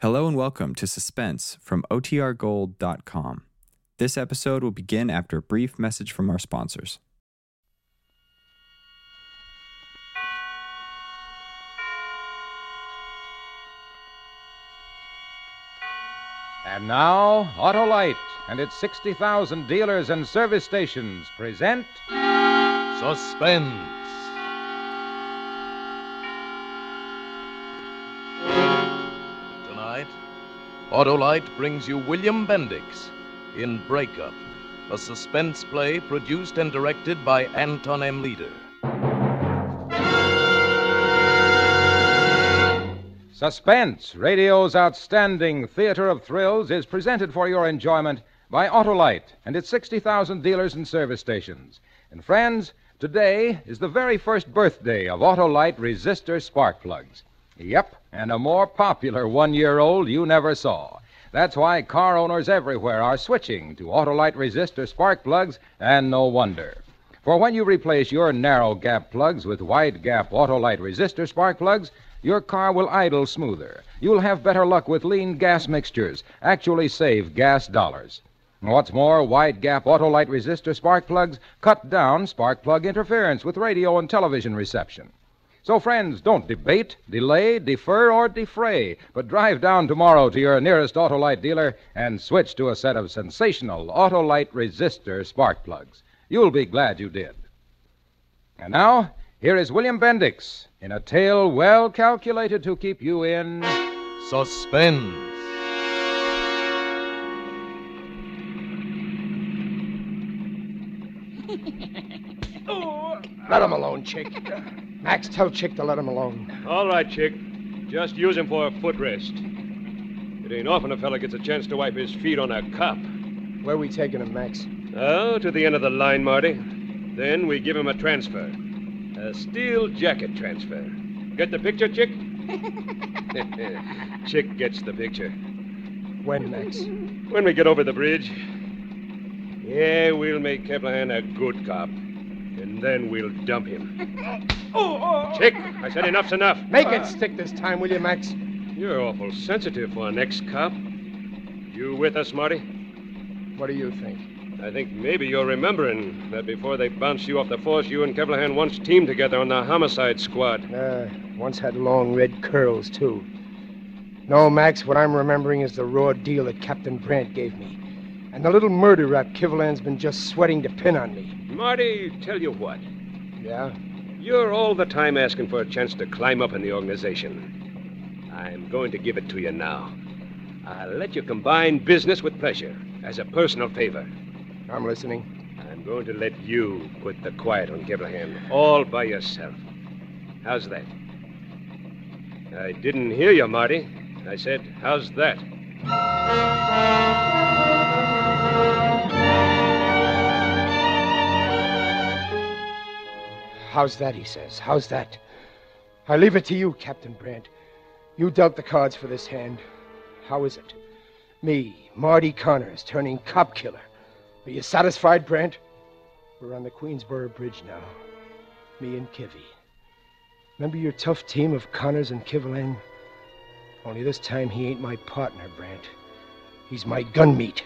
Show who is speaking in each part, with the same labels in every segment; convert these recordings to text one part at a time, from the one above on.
Speaker 1: Hello and welcome to Suspense from OTRGold.com. This episode will begin after a brief message from our sponsors.
Speaker 2: And now, Autolite and its 60,000 dealers and service stations present
Speaker 3: Suspense. Tonight, Autolite brings you William Bendix in Breakup, a suspense play produced and directed by Anton M. Leader.
Speaker 2: Suspense, radio's outstanding theater of thrills, is presented for your enjoyment by Autolite and its 60,000 dealers and service stations. And friends, today is the very first birthday of Autolite resistor spark plugs. Yep, and a more popular one year old you never saw. That's why car owners everywhere are switching to Autolite resistor spark plugs, and no wonder. For when you replace your narrow gap plugs with wide gap Autolite resistor spark plugs, your car will idle smoother. You'll have better luck with lean gas mixtures, actually save gas dollars. What's more, wide gap Autolite resistor spark plugs cut down spark plug interference with radio and television reception. So, friends, don't debate, delay, defer, or defray, but drive down tomorrow to your nearest Autolite dealer and switch to a set of sensational Autolite resistor spark plugs. You'll be glad you did. And now, here is William Bendix in a tale well calculated to keep you in.
Speaker 3: Suspense.
Speaker 4: Let him alone, Chick. Max, tell Chick to let him alone.
Speaker 5: All right, Chick. Just use him for a footrest. It ain't often a fella gets a chance to wipe his feet on a cup.
Speaker 4: Where we taking him, Max?
Speaker 5: Oh, to the end of the line, Marty. Then we give him a transfer. A steel jacket transfer. Get the picture, Chick? Chick gets the picture.
Speaker 4: When, Max?
Speaker 5: When we get over the bridge, yeah, we'll make Kevlan a good cop. And then we'll dump him. Chick, I said enough's enough.
Speaker 4: Oh, Make it stick this time, will you, Max?
Speaker 5: You're awful sensitive for an ex cop. You with us, Marty?
Speaker 4: What do you think?
Speaker 5: I think maybe you're remembering that before they bounced you off the force, you and Kevlahan once teamed together on the homicide squad.
Speaker 4: Uh, once had long red curls, too. No, Max, what I'm remembering is the raw deal that Captain Brandt gave me. And the little murder rap Kivalan's been just sweating to pin on me.
Speaker 5: Marty, tell you what,
Speaker 4: Yeah?
Speaker 5: you're all the time asking for a chance to climb up in the organization. I'm going to give it to you now. I'll let you combine business with pleasure as a personal favor.
Speaker 4: I'm listening.
Speaker 5: I'm going to let you put the quiet on Kevlahan all by yourself. How's that? I didn't hear you, Marty. I said, how's that?
Speaker 4: How's that, he says? How's that? I leave it to you, Captain Brandt. You dealt the cards for this hand. How is it? Me, Marty Connors, turning cop killer. Are you satisfied, Brandt? We're on the Queensboro Bridge now. Me and Kivy. Remember your tough team of Connors and Kivalan? Only this time he ain't my partner, Brandt. He's my gun meat.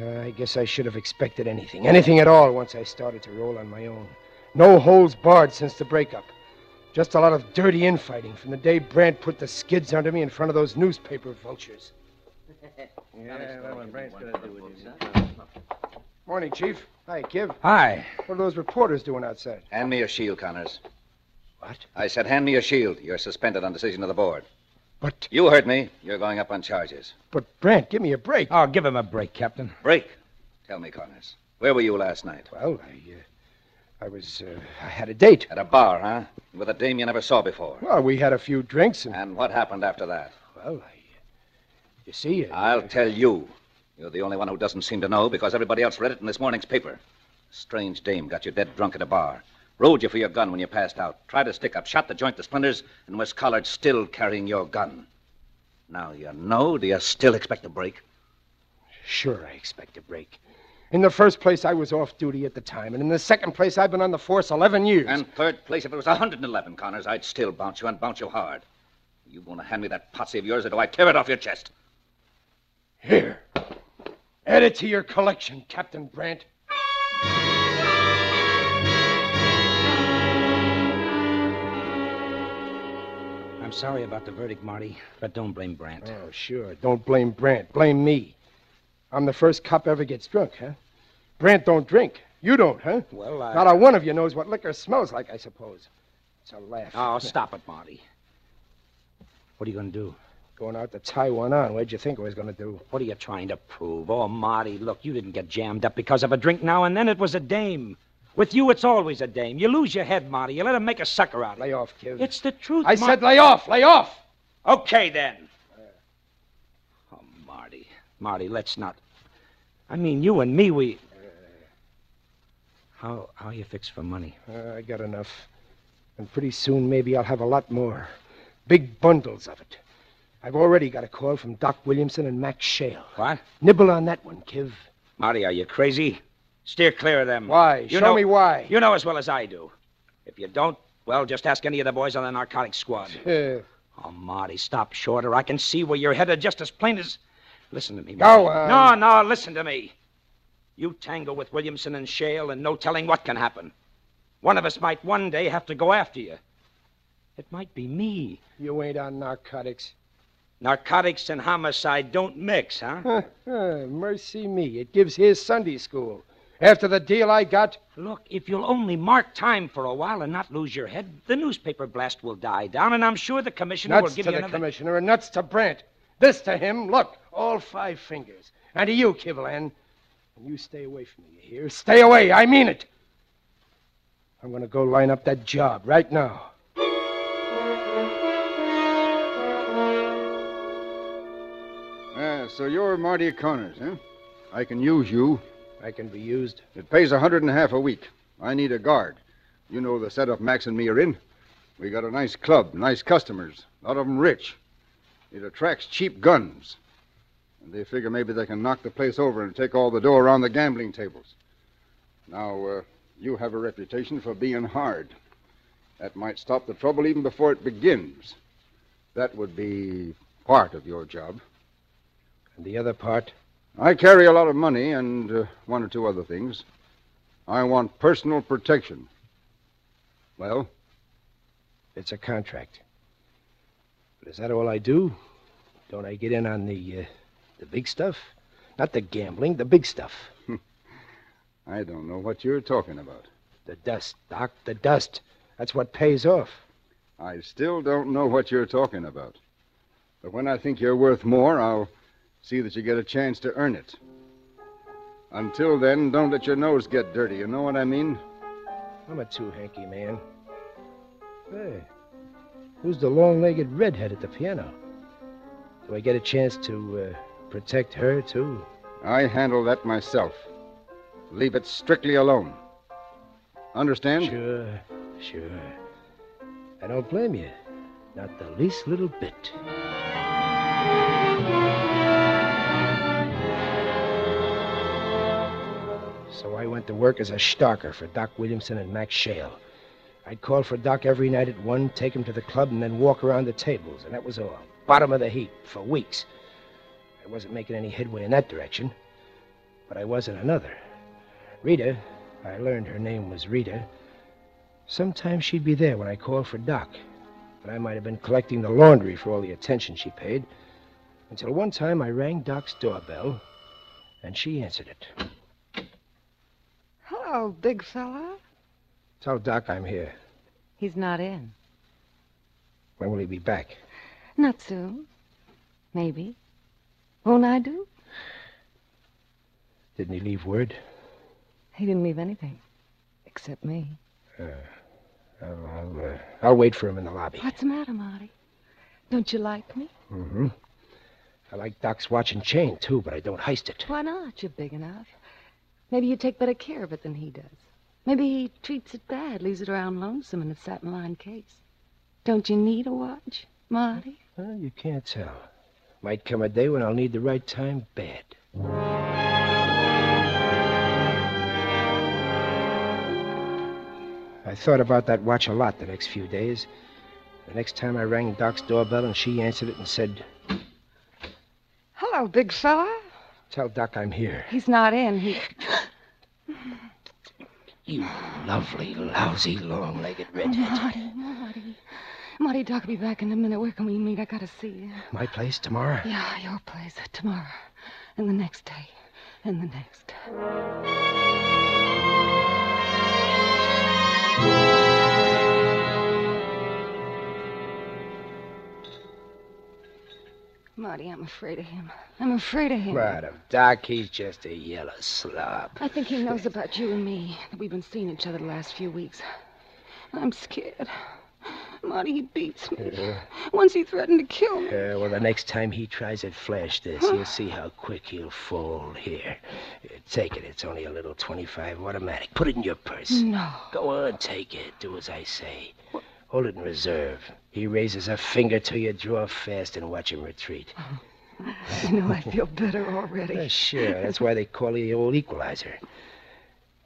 Speaker 4: Uh, I guess I should have expected anything, anything at all, once I started to roll on my own. No holds barred since the breakup. Just a lot of dirty infighting from the day Brandt put the skids under me in front of those newspaper vultures. Morning, Chief. Hi, Kiv.
Speaker 2: Hi.
Speaker 4: What are those reporters doing outside?
Speaker 6: Hand me your shield, Connors.
Speaker 4: What?
Speaker 6: I said, hand me your shield. You're suspended on decision of the board.
Speaker 4: But,
Speaker 6: You heard me. You're going up on charges.
Speaker 4: but Brandt, give me a break.
Speaker 2: Oh, give him a break, Captain.
Speaker 6: Break. Tell me, Connors, where were you last night?
Speaker 4: Well, I, uh, I was, uh, I had a date.
Speaker 6: At a bar, huh? With a dame you never saw before.
Speaker 4: Well, we had a few drinks, and
Speaker 6: And what happened after that?
Speaker 4: well, I, you see, uh,
Speaker 6: I'll tell you. You're the only one who doesn't seem to know because everybody else read it in this morning's paper. A strange dame got you dead drunk at a bar. Rode you for your gun when you passed out. Tried to stick up, shot the joint to splinters, and was collared still carrying your gun. Now you know. Do you still expect a break?
Speaker 4: sure I expect a break. In the first place, I was off duty at the time, and in the second place, I've been on the force eleven years.
Speaker 6: And third place, if it was 111, Connors, I'd still bounce you and bounce you hard. You want to hand me that potsy of yours, or do I tear it off your chest?
Speaker 4: Here. Add it to your collection, Captain Brandt.
Speaker 7: I'm sorry about the verdict, Marty, but don't blame Brandt.
Speaker 4: Oh, sure. Don't blame Brandt. Blame me. I'm the first cop ever gets drunk, huh? Brandt don't drink. You don't, huh?
Speaker 7: Well, I-
Speaker 4: Not a one of you knows what liquor smells like, I suppose. It's a laugh.
Speaker 7: Oh, stop it, Marty. What are you going to do?
Speaker 4: Going out to tie one on. What'd you think I was going to do?
Speaker 7: What are you trying to prove? Oh, Marty, look, you didn't get jammed up because of a drink now and then. It was a dame. With you, it's always a dame. You lose your head, Marty. You let him make a sucker out of
Speaker 4: Lay
Speaker 7: you.
Speaker 4: off, kid.
Speaker 7: It's the truth,
Speaker 4: I
Speaker 7: Mar-
Speaker 4: said lay off, lay off.
Speaker 7: Okay, then. Oh, Marty. Marty, let's not. I mean, you and me, we. How, how you fix for money?
Speaker 4: Uh, I got enough. And pretty soon, maybe I'll have a lot more. Big bundles of it. I've already got a call from Doc Williamson and Max Shale.
Speaker 7: What?
Speaker 4: Nibble on that one, Kiv.
Speaker 7: Marty, are you crazy? Steer clear of them.
Speaker 4: Why?
Speaker 7: You
Speaker 4: Show
Speaker 7: know-
Speaker 4: me why.
Speaker 7: You know as well as I do. If you don't, well, just ask any of the boys on the narcotic squad.
Speaker 4: Uh,
Speaker 7: Oh, Marty, stop short, or I can see where you're headed just as plain as. Listen to me,
Speaker 4: Go uh,
Speaker 7: Marty.
Speaker 4: on.
Speaker 7: No, no, listen to me. You tangle with Williamson and Shale, and no telling what can happen. One of us might one day have to go after you. It might be me.
Speaker 4: you ain't on narcotics.
Speaker 7: Narcotics and homicide don't mix, huh?
Speaker 4: Huh, huh, mercy me. It gives his Sunday school. After the deal I got,
Speaker 7: Look, if you'll only mark time for a while and not lose your head, the newspaper blast will die down, and I'm sure the commissioner will
Speaker 4: nuts
Speaker 7: give
Speaker 4: to
Speaker 7: you
Speaker 4: the
Speaker 7: another.
Speaker 4: commissioner and nuts to Brandt. This to him, look, all five fingers. And to you, Kivalan. And you stay away from me, you hear? Stay away, I mean it. I'm gonna go line up that job right now.
Speaker 8: Ah, so you're Marty Connors, huh? I can use you.
Speaker 4: I can be used.
Speaker 8: It pays a hundred and a half a week. I need a guard. You know the setup Max and me are in. We got a nice club, nice customers, a lot of 'em rich. It attracts cheap guns. And they figure maybe they can knock the place over and take all the dough around the gambling tables. Now, uh, you have a reputation for being hard. That might stop the trouble even before it begins. That would be part of your job.
Speaker 4: And the other part,
Speaker 8: I carry a lot of money and uh, one or two other things. I want personal protection. Well,
Speaker 4: it's a contract. But is that all I do? Don't I get in on the uh, the big stuff? Not the gambling, the big stuff.
Speaker 8: I don't know what you're talking about.
Speaker 4: The dust, Doc, the dust. That's what pays off.
Speaker 8: I still don't know what you're talking about. But when I think you're worth more, I'll see that you get a chance to earn it. Until then, don't let your nose get dirty. You know what I mean?
Speaker 4: I'm a two hanky man. Hey, who's the long legged redhead at the piano? Do I get a chance to uh, protect her, too?
Speaker 8: I handle that myself. Leave it strictly alone. Understand?
Speaker 4: Sure, sure. I don't blame you. Not the least little bit. So I went to work as a stalker for Doc Williamson and Max Shale. I'd call for Doc every night at one, take him to the club, and then walk around the tables, and that was all. Bottom of the heap for weeks. I wasn't making any headway in that direction, but I was in another. Rita, I learned her name was Rita. Sometimes she'd be there when I called for Doc, but I might have been collecting the laundry for all the attention she paid. Until one time I rang Doc's doorbell, and she answered it.
Speaker 9: Hello, big fella.
Speaker 4: Tell Doc I'm here.
Speaker 9: He's not in.
Speaker 4: When will he be back?
Speaker 9: Not soon. Maybe. Won't I do?
Speaker 4: Didn't he leave word?
Speaker 9: He didn't leave anything. Except me.
Speaker 4: I'll, I'll, uh, I'll wait for him in the lobby.
Speaker 9: What's the matter, Marty? Don't you like me?
Speaker 4: Mm-hmm. I like Doc's watch and chain, too, but I don't heist it.
Speaker 9: Why not? You're big enough. Maybe you take better care of it than he does. Maybe he treats it bad, leaves it around lonesome in a satin lined case. Don't you need a watch, Marty?
Speaker 4: Well, you can't tell. Might come a day when I'll need the right time bad. I thought about that watch a lot the next few days. The next time I rang Doc's doorbell and she answered it and said,
Speaker 9: Hello, big fella.
Speaker 4: Tell Doc I'm here.
Speaker 9: He's not in. He.
Speaker 4: You lovely, lousy, long legged redhead.
Speaker 9: Marty, Marty. Marty, Doc will be back in a minute. Where can we meet? I gotta see you.
Speaker 4: My place tomorrow?
Speaker 9: Yeah, your place tomorrow. And the next day. And the next. Marty, I'm afraid of him. I'm afraid of him.
Speaker 4: Right of Doc, he's just a yellow slob.
Speaker 9: I think he knows about you and me, that we've been seeing each other the last few weeks. I'm scared. Marty, he beats me. Once he threatened to kill me.
Speaker 4: Uh, well, the next time he tries to flash this, you'll see how quick he'll fold here. Uh, take it. It's only a little 25 automatic. Put it in your purse.
Speaker 9: No.
Speaker 4: Go on, take it. Do as I say. Hold it in reserve. He raises a finger to you, draw fast, and watch him retreat.
Speaker 9: You know, I feel better already.
Speaker 4: Yeah, sure. That's why they call you the old equalizer.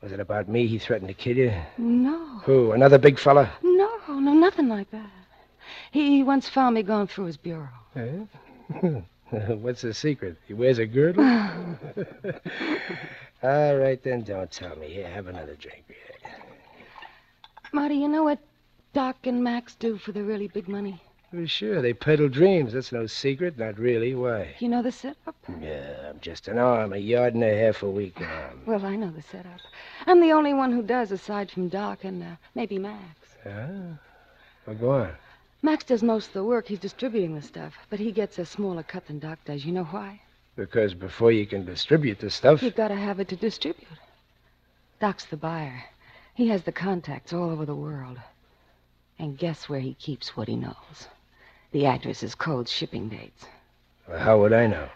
Speaker 4: Was it about me he threatened to kill you?
Speaker 9: No.
Speaker 4: Who? Another big fella?
Speaker 9: No, no, nothing like that. He he once found me going through his bureau.
Speaker 4: What's the secret? He wears a girdle? All right, then don't tell me. Here, have another drink.
Speaker 9: Marty, you know what Doc and Max do for the really big money?
Speaker 4: Well, sure, they peddle dreams. That's no secret. Not really. Why?
Speaker 9: You know the setup?
Speaker 4: Yeah, I'm just an arm, a yard and a half a week arm.
Speaker 9: Well, I know the setup. I'm the only one who does, aside from Doc and uh, maybe Max.
Speaker 4: Ah, well, go on.
Speaker 9: Max does most of the work. He's distributing the stuff, but he gets a smaller cut than Doc does. You know why?
Speaker 4: Because before you can distribute the stuff,
Speaker 9: You gotta have it to distribute. Doc's the buyer. He has the contacts all over the world. And guess where he keeps what he knows? The addresses, codes, shipping dates.
Speaker 4: well, how would I know?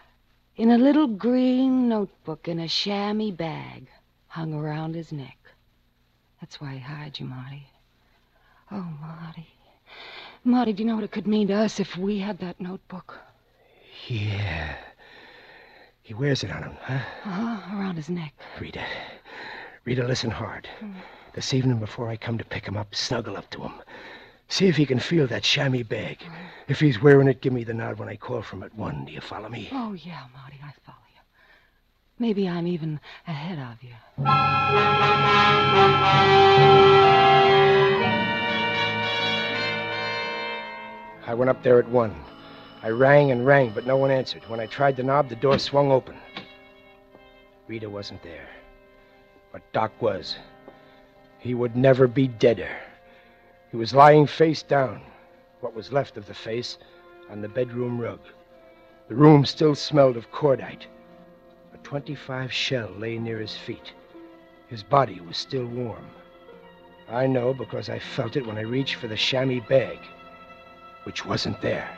Speaker 9: In a little green notebook in a chamois bag hung around his neck. That's why he hired you, Marty. Oh, Marty. Marty, do you know what it could mean to us if we had that notebook?
Speaker 4: Yeah. He wears it on him, huh?
Speaker 9: Uh-huh, around his neck.
Speaker 4: Rita. Rita, listen hard. This evening, before I come to pick him up, snuggle up to him. See if he can feel that chamois bag. If he's wearing it, give me the nod when I call from it one. Do you follow me?
Speaker 9: Oh, yeah, Marty, I follow you. Maybe I'm even ahead of you.
Speaker 4: I went up there at one. I rang and rang, but no one answered. When I tried the knob, the door swung open. Rita wasn't there. But Doc was. He would never be deader. He was lying face down, what was left of the face, on the bedroom rug. The room still smelled of cordite. A 25 shell lay near his feet. His body was still warm. I know because I felt it when I reached for the chamois bag which wasn't there.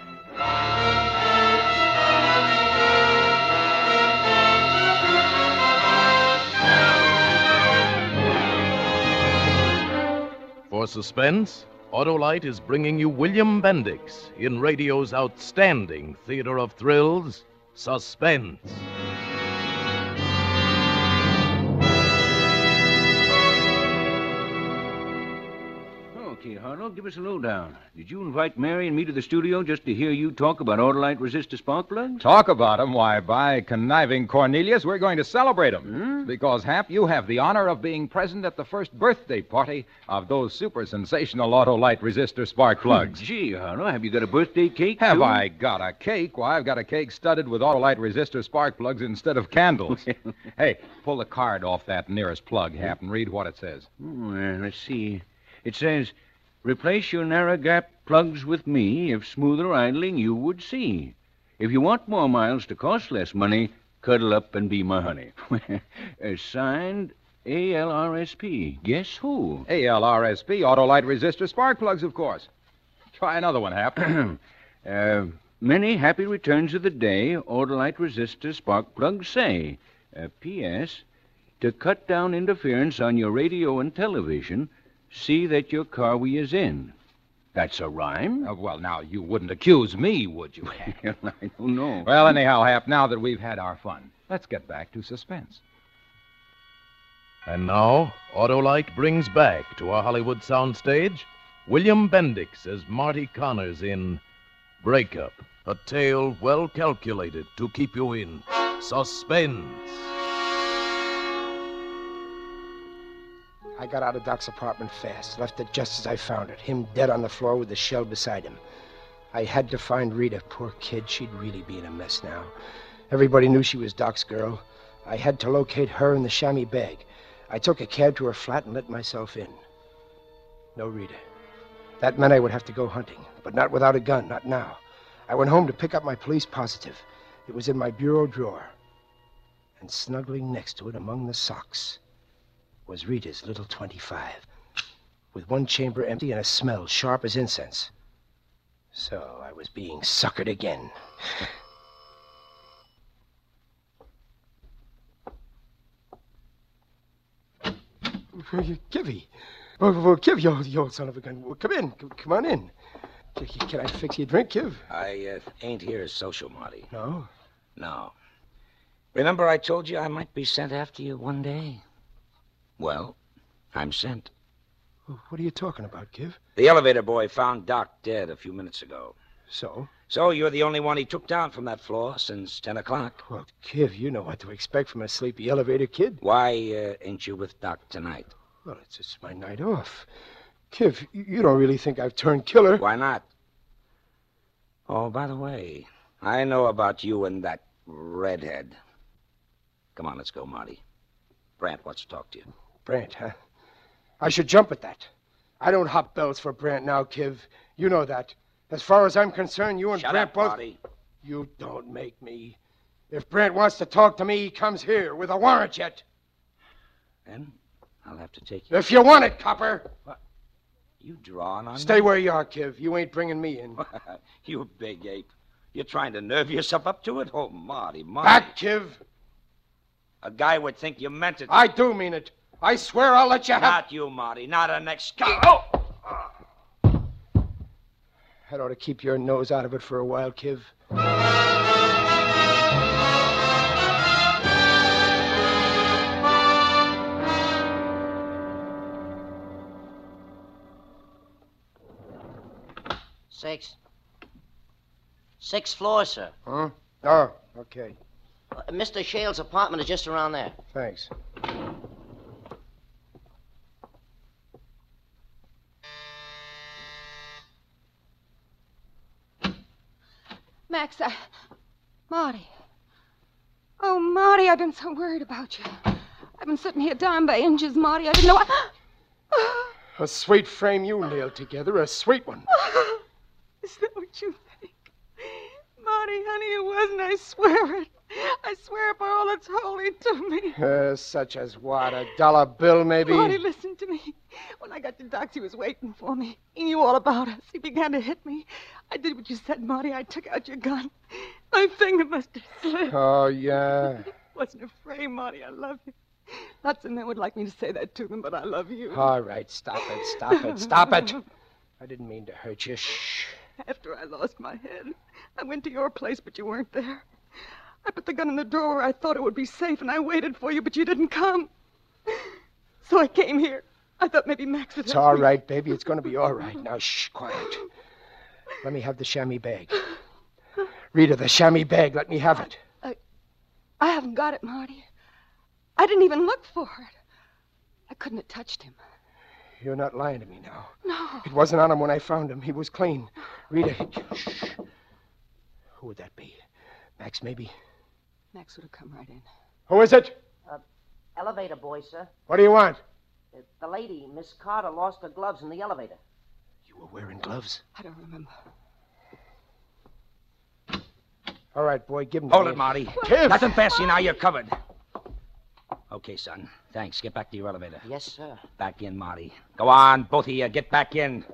Speaker 3: For suspense, Autolite is bringing you William Bendix in radio's outstanding theater of thrills, Suspense.
Speaker 10: Oh, Kate Harlow, give us a lowdown. Did you invite Mary and me to the studio just to hear you talk about Autolite resistor spark plugs?
Speaker 2: Talk about 'em? Why, by conniving Cornelius, we're going to celebrate 'em
Speaker 10: Hmm?
Speaker 2: Because, Hap, you have the honor of being present at the first birthday party of those super sensational Autolite resistor spark plugs.
Speaker 10: Hmm, Gee, Harlow, have you got a birthday cake?
Speaker 2: Have
Speaker 10: too?
Speaker 2: I got a cake? Why, I've got a cake studded with Autolite resistor spark plugs instead of candles. hey, pull the card off that nearest plug, Hap, and read what it says.
Speaker 10: Hmm, uh, let's see. It says, replace your narrow gap plugs with me. If smoother idling, you would see. If you want more miles to cost less money, cuddle up and be my honey. Uh, Signed, ALRSP. Guess who?
Speaker 2: ALRSP, Autolite resistor spark plugs, of course. Try another one, Hap.
Speaker 10: Uh, many happy returns of the day, Autolite resistor spark plugs say. Uh, P.S. To cut down interference on your radio and television, see that your car we is in. That's a rhyme.
Speaker 2: Uh, well, now, you wouldn't accuse me, would you?
Speaker 10: Well, I don't know.
Speaker 2: well, anyhow, Hap, now that we've had our fun, let's get back to suspense.
Speaker 3: And now, Autolite brings back to our Hollywood soundstage William Bendix as Marty Connors in Breakup, a tale well calculated to keep you in suspense.
Speaker 4: I got out of Doc's apartment fast, left it just as I found it, him dead on the floor with the shell beside him. I had to find Rita. Poor kid, she'd really be in a mess now. Everybody knew she was Doc's girl. I had to locate her in the chamois bag. I took a cab to her flat and let myself in. No Rita. That meant I would have to go hunting, but not without a gun, not now. I went home to pick up my police positive. It was in my bureau drawer. And snuggling next to it among the socks was Rita's little 25, with one chamber empty and a smell sharp as incense. So I was being suckered again. Kivy. Well, well, Kiv, you, old- you old son of a gun. Well, Come in. C- Come on in. C- c- Can I fix you a drink, Kiv?
Speaker 7: I uh, ain't here as social, Marty.
Speaker 4: No.
Speaker 7: No. Remember, I told you I might be sent after you one day? Well, I'm sent.
Speaker 4: What are you talking about, Kiv?
Speaker 7: The elevator boy found Doc dead a few minutes ago.
Speaker 4: So?
Speaker 7: So you're the only one he took down from that floor since 10 o'clock.
Speaker 4: Well, Kiv, you know what to expect from a sleepy elevator kid.
Speaker 7: Why uh, ain't you with Doc tonight?
Speaker 4: Well, it's, it's my night off. Kiv, you you don't really think I've turned killer.
Speaker 7: Why not? Oh, by the way, I know about you and that redhead. Come on, let's go, Marty. Brant wants to talk to you.
Speaker 4: Brant, huh? I should jump at that. I don't hop bells for Brant now, Kiv. You know that. As far as I'm concerned, you and
Speaker 7: Shut
Speaker 4: Brant
Speaker 7: up,
Speaker 4: both.
Speaker 7: Marty.
Speaker 4: You don't make me. If Brant wants to talk to me, he comes here with a warrant yet.
Speaker 7: Then I'll have to take you.
Speaker 4: If you want it, copper.
Speaker 7: You drawing on
Speaker 4: Stay
Speaker 7: me?
Speaker 4: where you are, Kiv. You ain't bringing me in.
Speaker 7: You big ape. You're trying to nerve yourself up to it? Oh, Marty, Marty.
Speaker 4: Back, Kiv.
Speaker 7: A guy would think you meant it.
Speaker 4: I do mean it. I swear I'll let you have.
Speaker 7: Not you, Marty. Not an ex cop.
Speaker 4: Oh! That ought to keep your nose out of it for a while, Kiv.
Speaker 11: Six. Sixth floor, sir.
Speaker 4: Huh? Oh, okay.
Speaker 11: Uh, Mr. Shale's apartment is just around there.
Speaker 4: Thanks.
Speaker 9: Max, I. Marty. Oh, Marty, I've been so worried about you. I've been sitting here down by inches, Marty. I didn't know. I... Ah!
Speaker 4: A sweet frame you nailed together, a sweet one.
Speaker 9: Is that what you think? Marty, honey, it wasn't. I swear it. I swear by all that's holy to me.
Speaker 4: Uh, such as what? A dollar bill, maybe?
Speaker 9: Marty, listen to me. When I got to Doc's, he was waiting for me. He knew all about us. He began to hit me. I did what you said, Marty. I took out your gun. My finger must have slipped.
Speaker 4: Oh, yeah.
Speaker 9: Wasn't afraid, Marty. I love you. Lots of men would like me to say that to them, but I love you.
Speaker 4: All right, stop it, stop it, stop it. I didn't mean to hurt you. Shh.
Speaker 9: After I lost my head, I went to your place, but you weren't there. I put the gun in the drawer where I thought it would be safe, and I waited for you, but you didn't come. So I came here. I thought maybe Max would
Speaker 4: It's
Speaker 9: help
Speaker 4: all
Speaker 9: me.
Speaker 4: right, baby. It's going to be all right. Now, shh, quiet. Let me have the chamois bag. Rita, the chamois bag. Let me have it.
Speaker 9: I haven't got it, Marty. I didn't even look for it. I couldn't have touched him.
Speaker 4: You're not lying to me now.
Speaker 9: No.
Speaker 4: It wasn't on him when I found him. He was clean. Rita, shh. Who would that be? Max, maybe?
Speaker 9: Max would have come right in.
Speaker 4: Who is it?
Speaker 11: Elevator boy, sir.
Speaker 4: What do you want?
Speaker 11: Uh, The lady, Miss Carter, lost her gloves in the elevator.
Speaker 4: You were wearing gloves.
Speaker 9: I don't remember.
Speaker 4: All right, boy, give him
Speaker 7: Hold it, Marty.
Speaker 4: Kev!
Speaker 7: Nothing fancy now. You're covered. Okay, son. Thanks. Get back to your elevator.
Speaker 11: Yes, sir.
Speaker 7: Back in, Marty. Go on, both of you. Get back in.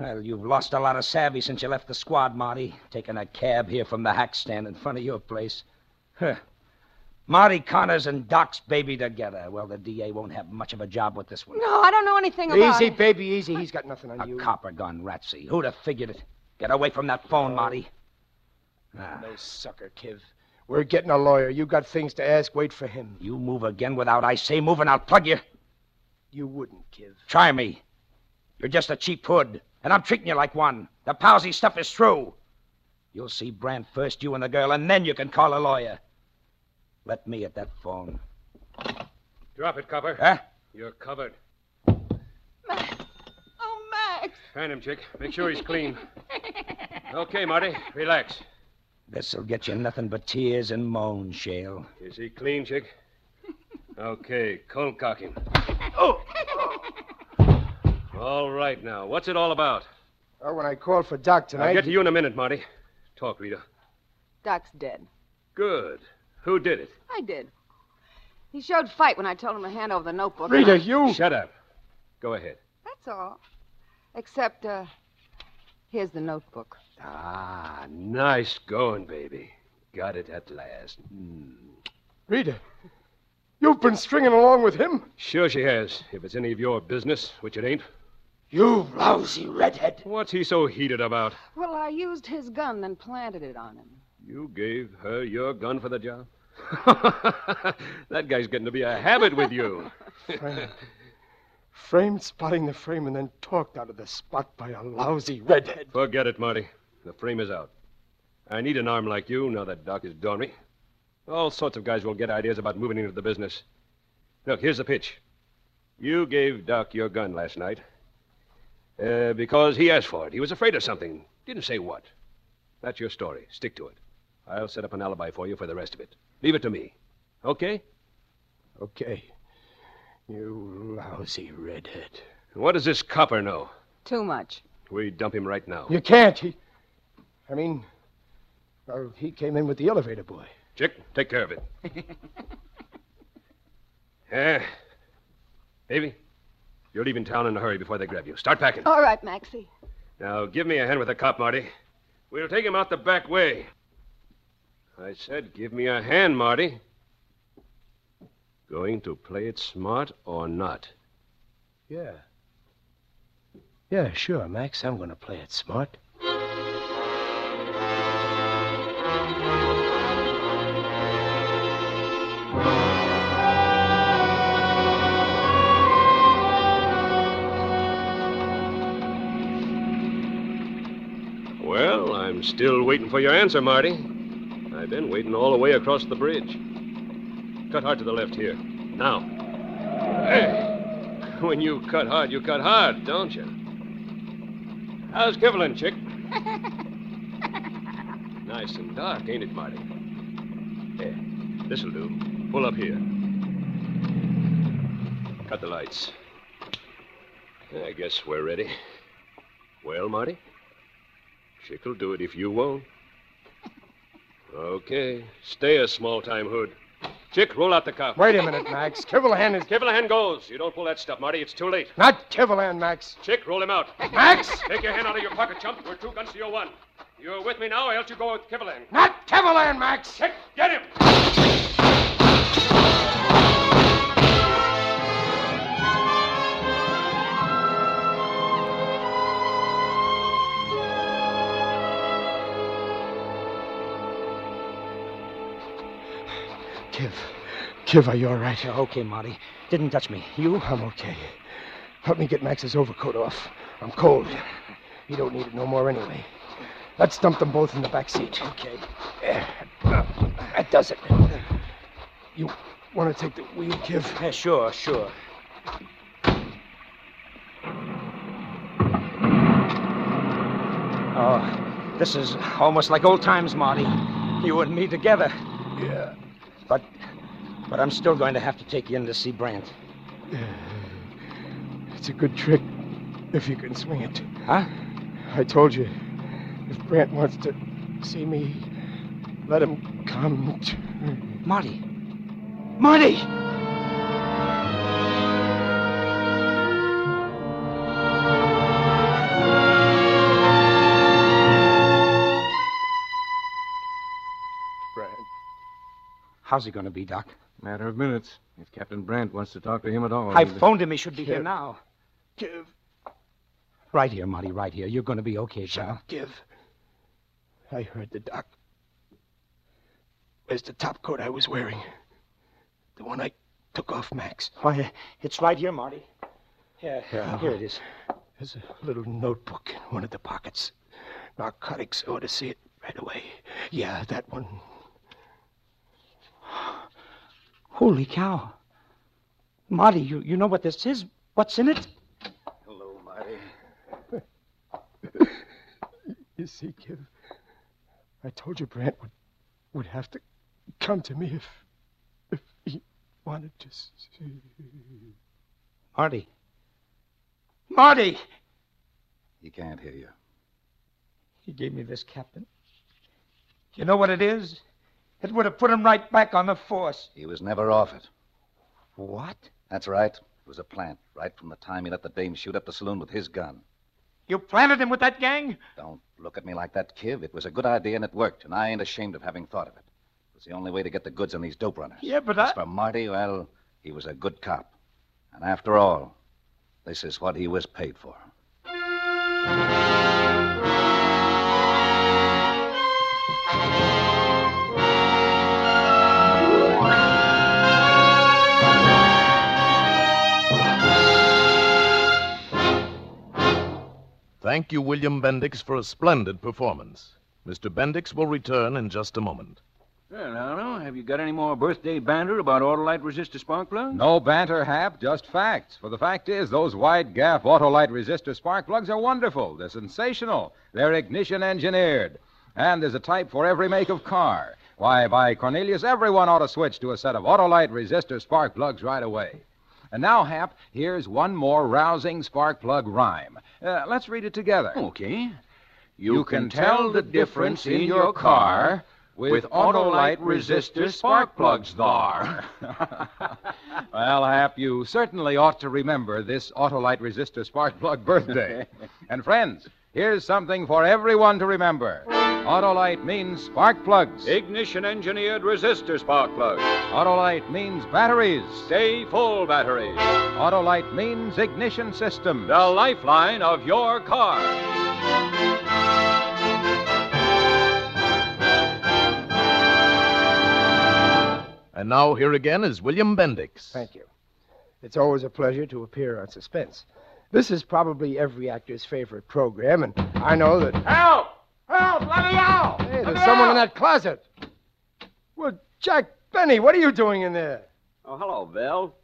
Speaker 7: Well, you've lost a lot of savvy since you left the squad, Marty. Taking a cab here from the hack stand in front of your place. Huh. Marty Connors and Doc's baby together. Well, the DA won't have much of a job with this one.
Speaker 9: No, I don't know anything about
Speaker 4: Easy,
Speaker 9: it.
Speaker 4: baby, easy. He's got nothing on
Speaker 7: A
Speaker 4: you.
Speaker 7: copper gun, Ratsy. Who'd have figured it? Get away from that phone, Marty. Ah,
Speaker 4: No sucker, Kiv. We're getting a lawyer. You got things to ask. Wait for him.
Speaker 7: you move again without I say move and I'll plug you.
Speaker 4: You wouldn't, Kiv.
Speaker 7: Try me. You're just a cheap hood, and I'm treating you like one. The palsy stuff is through. You'll see Brandt first, you and the girl, and then you can call a lawyer. Let me at that phone.
Speaker 5: Drop it, copper.
Speaker 7: Huh?
Speaker 5: You're covered.
Speaker 12: Oh, Max.
Speaker 5: Fan him, chick. Make sure he's clean. Okay, Marty. Relax.
Speaker 7: This'll get you nothing but tears and moans, Shale.
Speaker 5: Is he clean, chick? Okay, cold cock him.
Speaker 4: Oh!
Speaker 5: All right now. What's it all about?
Speaker 4: Well, when I called for Doc tonight.
Speaker 5: I'll get to you in a minute, Marty. Talk, Rita.
Speaker 12: Doc's dead.
Speaker 5: Good. Who did it?
Speaker 12: I did. He showed fight when I told him to hand over the notebook.
Speaker 5: you. Shut up. Go ahead.
Speaker 12: That's all. Except, uh, here's the notebook.
Speaker 5: Ah, nice going, baby. Got it at last. Mm.
Speaker 4: Rita, you've been stringing along with him?
Speaker 5: Sure she has, if it's any of your business, which it ain't.
Speaker 4: You lousy redhead.
Speaker 5: What's he so heated about?
Speaker 12: Well, I used his gun, then planted it on him.
Speaker 5: You gave her your gun for the job? that guy's getting to be a habit with you.
Speaker 4: Framed. Framed spotting the frame and then talked out of the spot by a lousy redhead.
Speaker 5: Forget it, Marty. The frame is out. I need an arm like you now that Doc is dormy. All sorts of guys will get ideas about moving into the business. Look, here's the pitch. You gave Doc your gun last night uh, because he asked for it. He was afraid of something. Didn't say what. That's your story. Stick to it. I'll set up an alibi for you for the rest of it. Leave it to me. Okay?
Speaker 4: Okay. You lousy redhead.
Speaker 5: What does this copper know?
Speaker 12: Too much.
Speaker 5: We dump him right now.
Speaker 4: You can't. He. I mean, well, he came in with the elevator boy.
Speaker 5: Chick, take care of it. Eh, baby, you're leaving town in a hurry before they grab you. Start packing.
Speaker 12: All right, Maxie.
Speaker 5: Now, give me a hand with the cop, Marty. We'll take him out the back way. I said, give me a hand, Marty. Going to play it smart or not?
Speaker 4: Yeah. Yeah, sure, Max. I'm going to play it smart.
Speaker 5: Well, I'm still waiting for your answer, Marty. I've been waiting all the way across the bridge. Cut hard to the left here. Now. Hey! When you cut hard, you cut hard, don't you? How's Kivlin, chick? nice and dark, ain't it, Marty? Yeah, this'll do. Pull up here. Cut the lights. I guess we're ready. Well, Marty? Chick'll do it if you won't. Okay. Stay a small time hood. Chick, roll out the cop.
Speaker 4: Wait a minute, Max. Kivillahan is.
Speaker 5: Kivlahan goes. You don't pull that stuff, Marty. It's too late.
Speaker 4: Not Kivillahan, Max.
Speaker 5: Chick, roll him out.
Speaker 4: Max!
Speaker 5: Take your hand out of your pocket, chump. We're two guns to your one. You're with me now, or else you go with Kivillahan.
Speaker 4: Not Kivillahan, Max!
Speaker 5: Chick, get him!
Speaker 4: Kiv. Kiv, are you all right?
Speaker 7: You're okay, Marty. Didn't touch me. You?
Speaker 4: I'm okay. Help me get Max's overcoat off. I'm cold. He don't need it no more anyway. Let's dump them both in the back seat.
Speaker 7: Okay.
Speaker 4: There. That does it. You want to take the wheel, Kiv?
Speaker 7: Yeah, sure, sure. Oh, this is almost like old times, Marty. You and me together.
Speaker 4: Yeah.
Speaker 7: But, but I'm still going to have to take you in to see Brandt.
Speaker 4: It's a good trick if you can swing it.
Speaker 7: Huh?
Speaker 4: I told you, if Brant wants to see me, let him come. To...
Speaker 7: Marty.
Speaker 4: Marty!
Speaker 8: Brad.
Speaker 7: How's he going to be, Doc?
Speaker 10: Matter of minutes. If Captain Brandt wants to talk to him at all.
Speaker 7: I
Speaker 10: he'd-
Speaker 7: phoned him. He should be here
Speaker 4: Shit.
Speaker 7: now.
Speaker 4: Kiv,
Speaker 7: Right here, Marty, right here. You're going to be okay, pal.
Speaker 4: Kiv. I heard the doc. Where's the top coat I was wearing? The one I took off Max.
Speaker 7: Why, it's right here, Marty. Yeah, here it is.
Speaker 4: There's a little notebook in one of the pockets. Narcotics ought to see it right away. Yeah, that one.
Speaker 7: Holy cow. Marty, you, you know what this is? What's in it?
Speaker 6: Hello, Marty.
Speaker 4: You see, Kid, I told you Brant would, would have to come to me if, if he wanted to see.
Speaker 7: Marty. Marty!
Speaker 6: He can't hear you.
Speaker 7: He gave me this, Captain. You know what it is? It would have put him right back on the force.
Speaker 6: He was never off it.
Speaker 7: What?
Speaker 6: That's right. It was a plant, right from the time he let the dame shoot up the saloon with his gun.
Speaker 7: You planted him with that gang?
Speaker 6: Don't look at me like that, Kiv. It was a good idea and it worked, and I ain't ashamed of having thought of it. It was the only way to get the goods on these dope runners.
Speaker 7: Yeah, but
Speaker 6: As for Marty, well, he was a good cop. And after all, this is what he was paid for.
Speaker 3: Thank you, William Bendix, for a splendid performance. Mr. Bendix will return in just a moment.
Speaker 10: Well, Otto, have you got any more birthday banter about Autolite resistor spark plugs?
Speaker 2: No banter, Hap, just facts. For the fact is, those wide gap Autolite resistor spark plugs are wonderful. They're sensational. They're ignition engineered. And there's a type for every make of car. Why, by Cornelius, everyone ought to switch to a set of Autolite resistor spark plugs right away. And now, Hap, here's one more rousing spark plug rhyme. Uh, let's read it together.
Speaker 10: Okay.
Speaker 2: You, can, tell the difference in your car with Autolite resistor spark plugs thar. well, Hap, you certainly ought to remember this Autolite resistor spark plug birthday. and friends, here's something for everyone to remember. Autolite means spark plugs.
Speaker 5: Ignition engineered resistor spark plugs.
Speaker 2: Autolite means batteries.
Speaker 5: Stay full batteries.
Speaker 2: Autolite means ignition systems.
Speaker 5: The lifeline of your car.
Speaker 3: And now, here again is William Bendix.
Speaker 4: Thank you. It's always a pleasure to appear on Suspense. This is probably every actor's favorite program, and I know that.
Speaker 13: Help! Help! Let me out!
Speaker 4: Hey, there's someone in that closet. Well, Jack Benny, what are you doing in there?
Speaker 14: Oh, hello, Bill.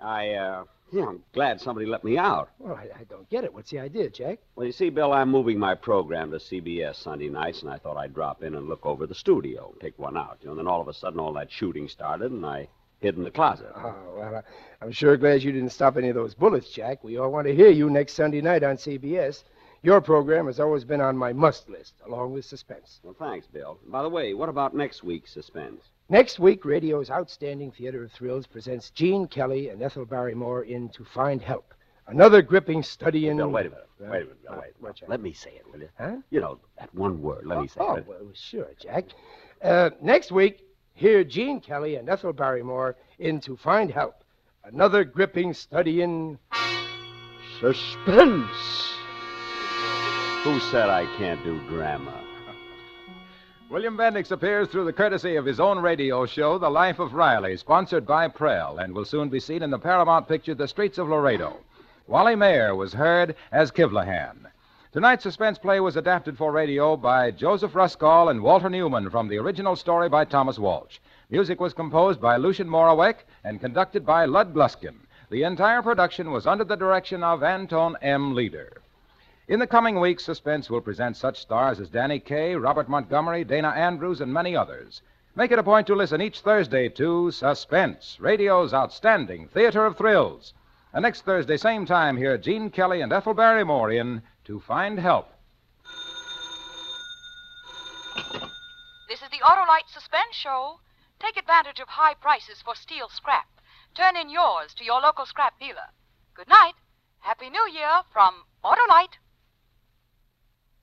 Speaker 14: I, uh, yeah, I'm glad somebody let me out.
Speaker 4: Well, I, I don't get it. What's the idea, Jack?
Speaker 14: Well, you see, Bill, I'm moving my program to CBS Sunday nights, and I thought I'd drop in and look over the studio, take one out. You know, and then all of a sudden, all that shooting started, and I hid in the closet.
Speaker 4: Oh, well, I, I'm sure glad you didn't stop any of those bullets, Jack. We all want to hear you next Sunday night on CBS. Your program has always been on my must list, along with Suspense.
Speaker 14: Well, thanks, Bill. By the way, what about next week's suspense?
Speaker 4: Next week, radio's outstanding theater of thrills presents Gene Kelly and Ethel Barrymore in To Find Help. Another gripping study in. Uh,
Speaker 14: Bill, wait a minute. Wait a minute. Bill, wait. Let me say it, will you? Huh? You know, that one word. Let me say
Speaker 4: Oh,
Speaker 14: it.
Speaker 4: well, sure, Jack. Uh, next week, hear Gene Kelly and Ethel Barrymore in To Find Help. Another gripping study in. Suspense!
Speaker 14: Who said I can't do drama?
Speaker 2: William Bendix appears through the courtesy of his own radio show, The Life of Riley, sponsored by Prell, and will soon be seen in the Paramount picture, The Streets of Laredo. Wally Mayer was heard as Kivlahan. Tonight's suspense play was adapted for radio by Joseph Ruskall and Walter Newman from the original story by Thomas Walsh. Music was composed by Lucian Morawek and conducted by Lud Gluskin. The entire production was under the direction of Anton M. Leader. In the coming weeks, Suspense will present such stars as Danny Kaye, Robert Montgomery, Dana Andrews, and many others. Make it a point to listen each Thursday to Suspense, radio's outstanding theater of thrills. And next Thursday, same time, hear Gene Kelly and Ethel Barrymore in To Find Help.
Speaker 15: This is the Autolite Suspense Show. Take advantage of high prices for steel scrap. Turn in yours to your local scrap dealer. Good night. Happy New Year from Autolite.